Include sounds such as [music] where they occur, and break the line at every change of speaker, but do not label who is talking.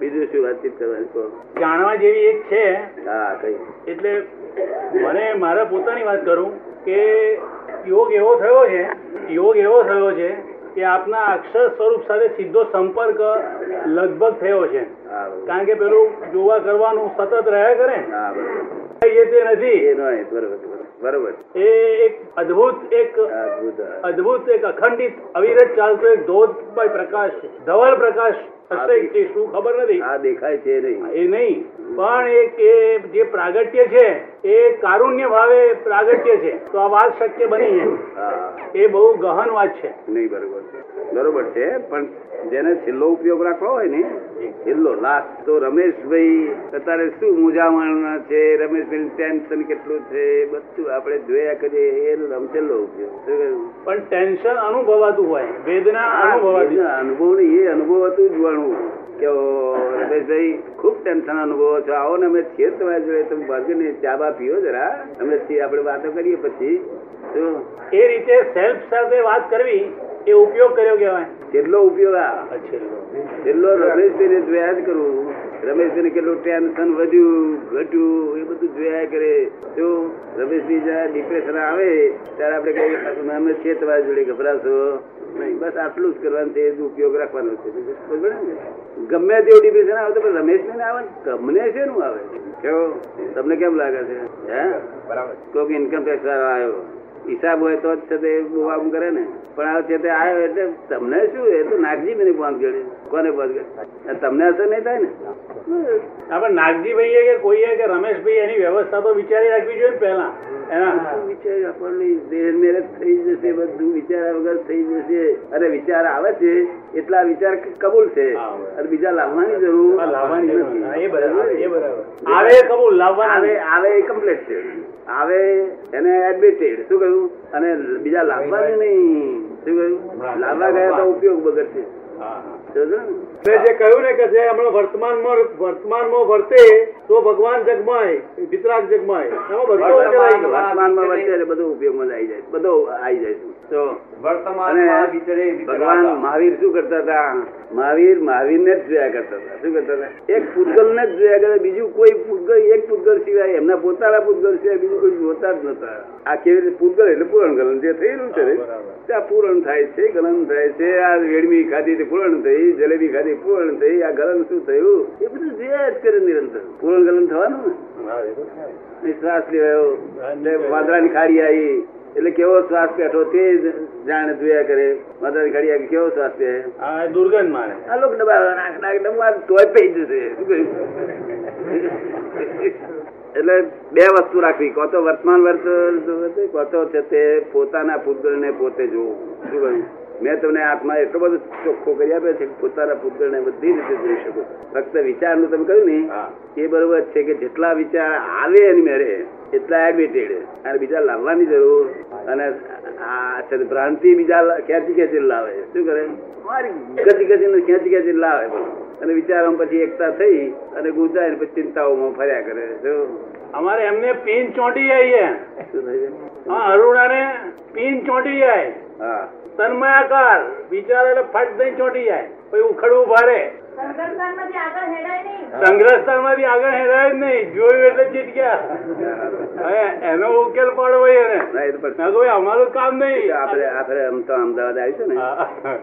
બીજું શું વાતચીત કરવાની કહો
જાણવા જેવી એક છે
હા કઈ
એટલે મને મારા પોતાની વાત કરું કે યોગ એવો થયો છે યોગ એવો થયો છે કે આપના અક્ષર સ્વરૂપ સાથે સીધો સંપર્ક લગભગ થયો છે
હા બરોબર.
કારણ કે પેલું જોવા કરવાનું સતત રહ્યા કરે
હા બરોબર
એ તે નથી
એ નો એ બરોબર બરોબર. બરોબર
એ એક અદ્ભુત એક
આ અદ્ભુત આ.
અદ્ભુત એક અખંડિત અવિરત ચાલતો એક ધોધમય પ્રકાશ છે. ધવલ પ્રકાશ હશે કે શું ખબર નથી
આ દેખાય છે નહીં
એ નહીં પણ એક એ જે પ્રાગટ્ય છે એ કારુણ્ય ભાવે પ્રાગટ્ય છે તો આ વાત શક્ય બની છે
હા
એ બહુ ગહન વાત છે
નહીં બરોબર છે બરોબર છે પણ જેને છેલ્લો ઉપયોગ રાખવો હોય ને છેલ્લો લાસ્ટ તો રમેશભાઈ અત્યારે શું મૂંઝામણ છે રમેશભાઈ ટેન્શન કેટલું છે બધું આપણે જોયા કરીએ એનો આમ છેલ્લો ઉપયોગ શું કહ્યું?
પણ ટેન્શન અનુભવાતું હોય વેદના
આ
અનુભવાતી
એના અનુભવ નહીં, એ અનુભવ હતું જ વણું કે ઓ, રમેશભાઈ ખૂબ ટેન્શન અનુભવો છો આવો ને અમે છીએ જ તમારી જોડે તમે ભાગ્યને ચા બા પીઓ જરા અમે છીએ આપણે વાતો કરીએ પછી શું
એ રીતે સેલ્ફ સાથે વાત કરવી એ ઉપયોગ કર્યો કહેવાય
કેટલો ઉપયોગ આ છેલ્લો રમેશભાઈને જોયા જ કરું રમેશભાઈને કેટલું ટેન્શન વધ્યું ઘટ્યું એ બધું જોયા કરે જો રમેશભાઈ જરા ડિપ્રેશન આવે ત્યારે આપણે કહીએ "પાછું અમે છે તમારી જોડે ગભરાશો નહીં બસ આટલું જ કરવાનું છે એ જ ઉપયોગ રાખવાનો છે બરાબર ને? ગમે તેવું ડિપ્રેશન આવે તો પણ રમેશભાઈને આવે ને? તમને છે નું આવે કેવો તમને કેમ લાગે છે હે કોઈક ઇન્કમ ટેક્સ વાળો આવ્યો હિસાબ હોય તો જ છે તે બહુ આમ કરે ને પણ આ છે તે આવ્યો એટલે તમને શું એ તો નાગજી મને બંધ કરે કોને બંધ કરે તમને અસર નહીં થાય ને
આપણે નાગજીભાઈએ કે કોઈએ કે રમેશભાઈ એની વ્યવસ્થા તો વિચારી રાખવી જોઈએ ને પહેલા એના
શું વિચાર આપણને દેહ મેરેજ થઈ જશે બધું વિચાર વગર થઈ જશે અને વિચાર આવે છે એટલા વિચાર કબૂલ છે
હા, બરાબર.
અને બીજા લાવવાની જરૂર
લાવવાની જરૂર
નથી.
નથી. એ બરાબર, એ બરાબર. આવે એ કબૂલ લાવવાના
આવે
નહીં.
આવે એ કમ્પ્લેટ છે આવે એને admitted. શું કહ્યું અને બીજા લાવવાની નહીં શું કહ્યું લાવવા ગયા તો ઉપયોગ બગડશે સમજો ને?
મેં જે કહ્યું ને કે જે હમણાં વર્તમાનમાં વર્તમાનમાં વર્તે તો ભગવાન જગમાય વિતરાગ જગમાય એમાં બધું ઉકેલાઈ ગયું.
વર્તમાનમાં વર્તે એટલે બધું ઉપયોગમાં જ આવી જાય બધો આવી જાય છે. તો અને ભગવાન મહાવીર શું કરતા હતા મહાવીર મહાવીરને જ જોયા કરતા હતા શું કરતા હતા એક પૂતગલને જ જોયા કરતા બીજું કોઈ પૂતગલ એક પૂતગલ સિવાય એમના પોતાના પૂતગલ સિવાય બીજું કોઈ જોતા જ નતા આ કેવી રીતે પૂતગલ એટલે પૂરણ ગલન જે થયેલું છે ને, તે આ પૂરણ થાય છે ગલન થાય છે આ વેડમી ખાધી તે પૂરણ થઈ જલેબી ખાધી પૂરણ થઈ આ ગલન શું થયું એ બધું જોયા જ કરે નિરંતર પૂરણ ગલન થવાનું ને એ શ્વાસ લેવાયો એટલે વાંદરાની ખાડી આવી એટલે કેવો શ્વાસ બેઠો તે જ જાણે જોયા કરે વાંદરાની ખાડી આવી કેવો શ્વાસ બે
હા, એ દુર્ગંધ મારે
આ લોક દબાવે નાક નાક દબાવે તોય પી જશે શું કહ્યું? એટલે બે વસ્તુ રાખવી કાં તો વર્તમાન વર્ત કાં તો છે તે પોતાના પૂતગળને પોતે જોવું શું કહ્યું મેં તમને આત્મા એટલો બધો ચોખ્ખો કરી આપ્યો છે કે પોતાના પૂતગળને બધી રીતે જોઈ શકો ફક્ત વિચારનું તમે કહ્યું ને
હા.
એ બરોબર છે કે જેટલા વિચાર આવે એની મેરે એટલા એડમિટેડ અને બીજા લાવવાની જરૂર અને આ છે તે ભ્રાંતિ બીજા લા- ખેંચી ખેંચી લાવે શું કરે મારી ગતિ ગતિને ખેંચી ખેંચી લાવે બધું. અને વિચારોમાં પછી એકતા થઈ અને ગુંજાય ને પછી ચિંતાઓમાં ફર્યા કરે શું
અમારે એમને પીન ચોંટી જાય છે
શું થાય છે?
હા અરુણાને પીન ચોંટી જાય
હા
તન્મયાકાર વિચાર એટલે ફટ દઈ ચોંટી જાય પછી ઉખડવું ભારે
સંગઠનમાંથી આગળ હેડાય નહીં
સંગ્રહસ્થાન માંથી આગળ હેરાય જ નહીં જોયું એટલે ચીટક્યા હવે એનો ઉકેલ પાડવો એને
ના, એ તો પણ 啊
ના તો ભાઈ અમારું કામ નહીં
આપણે આપણે આમ તો અમદાવાદ આવીશું ને
[laughs] હા.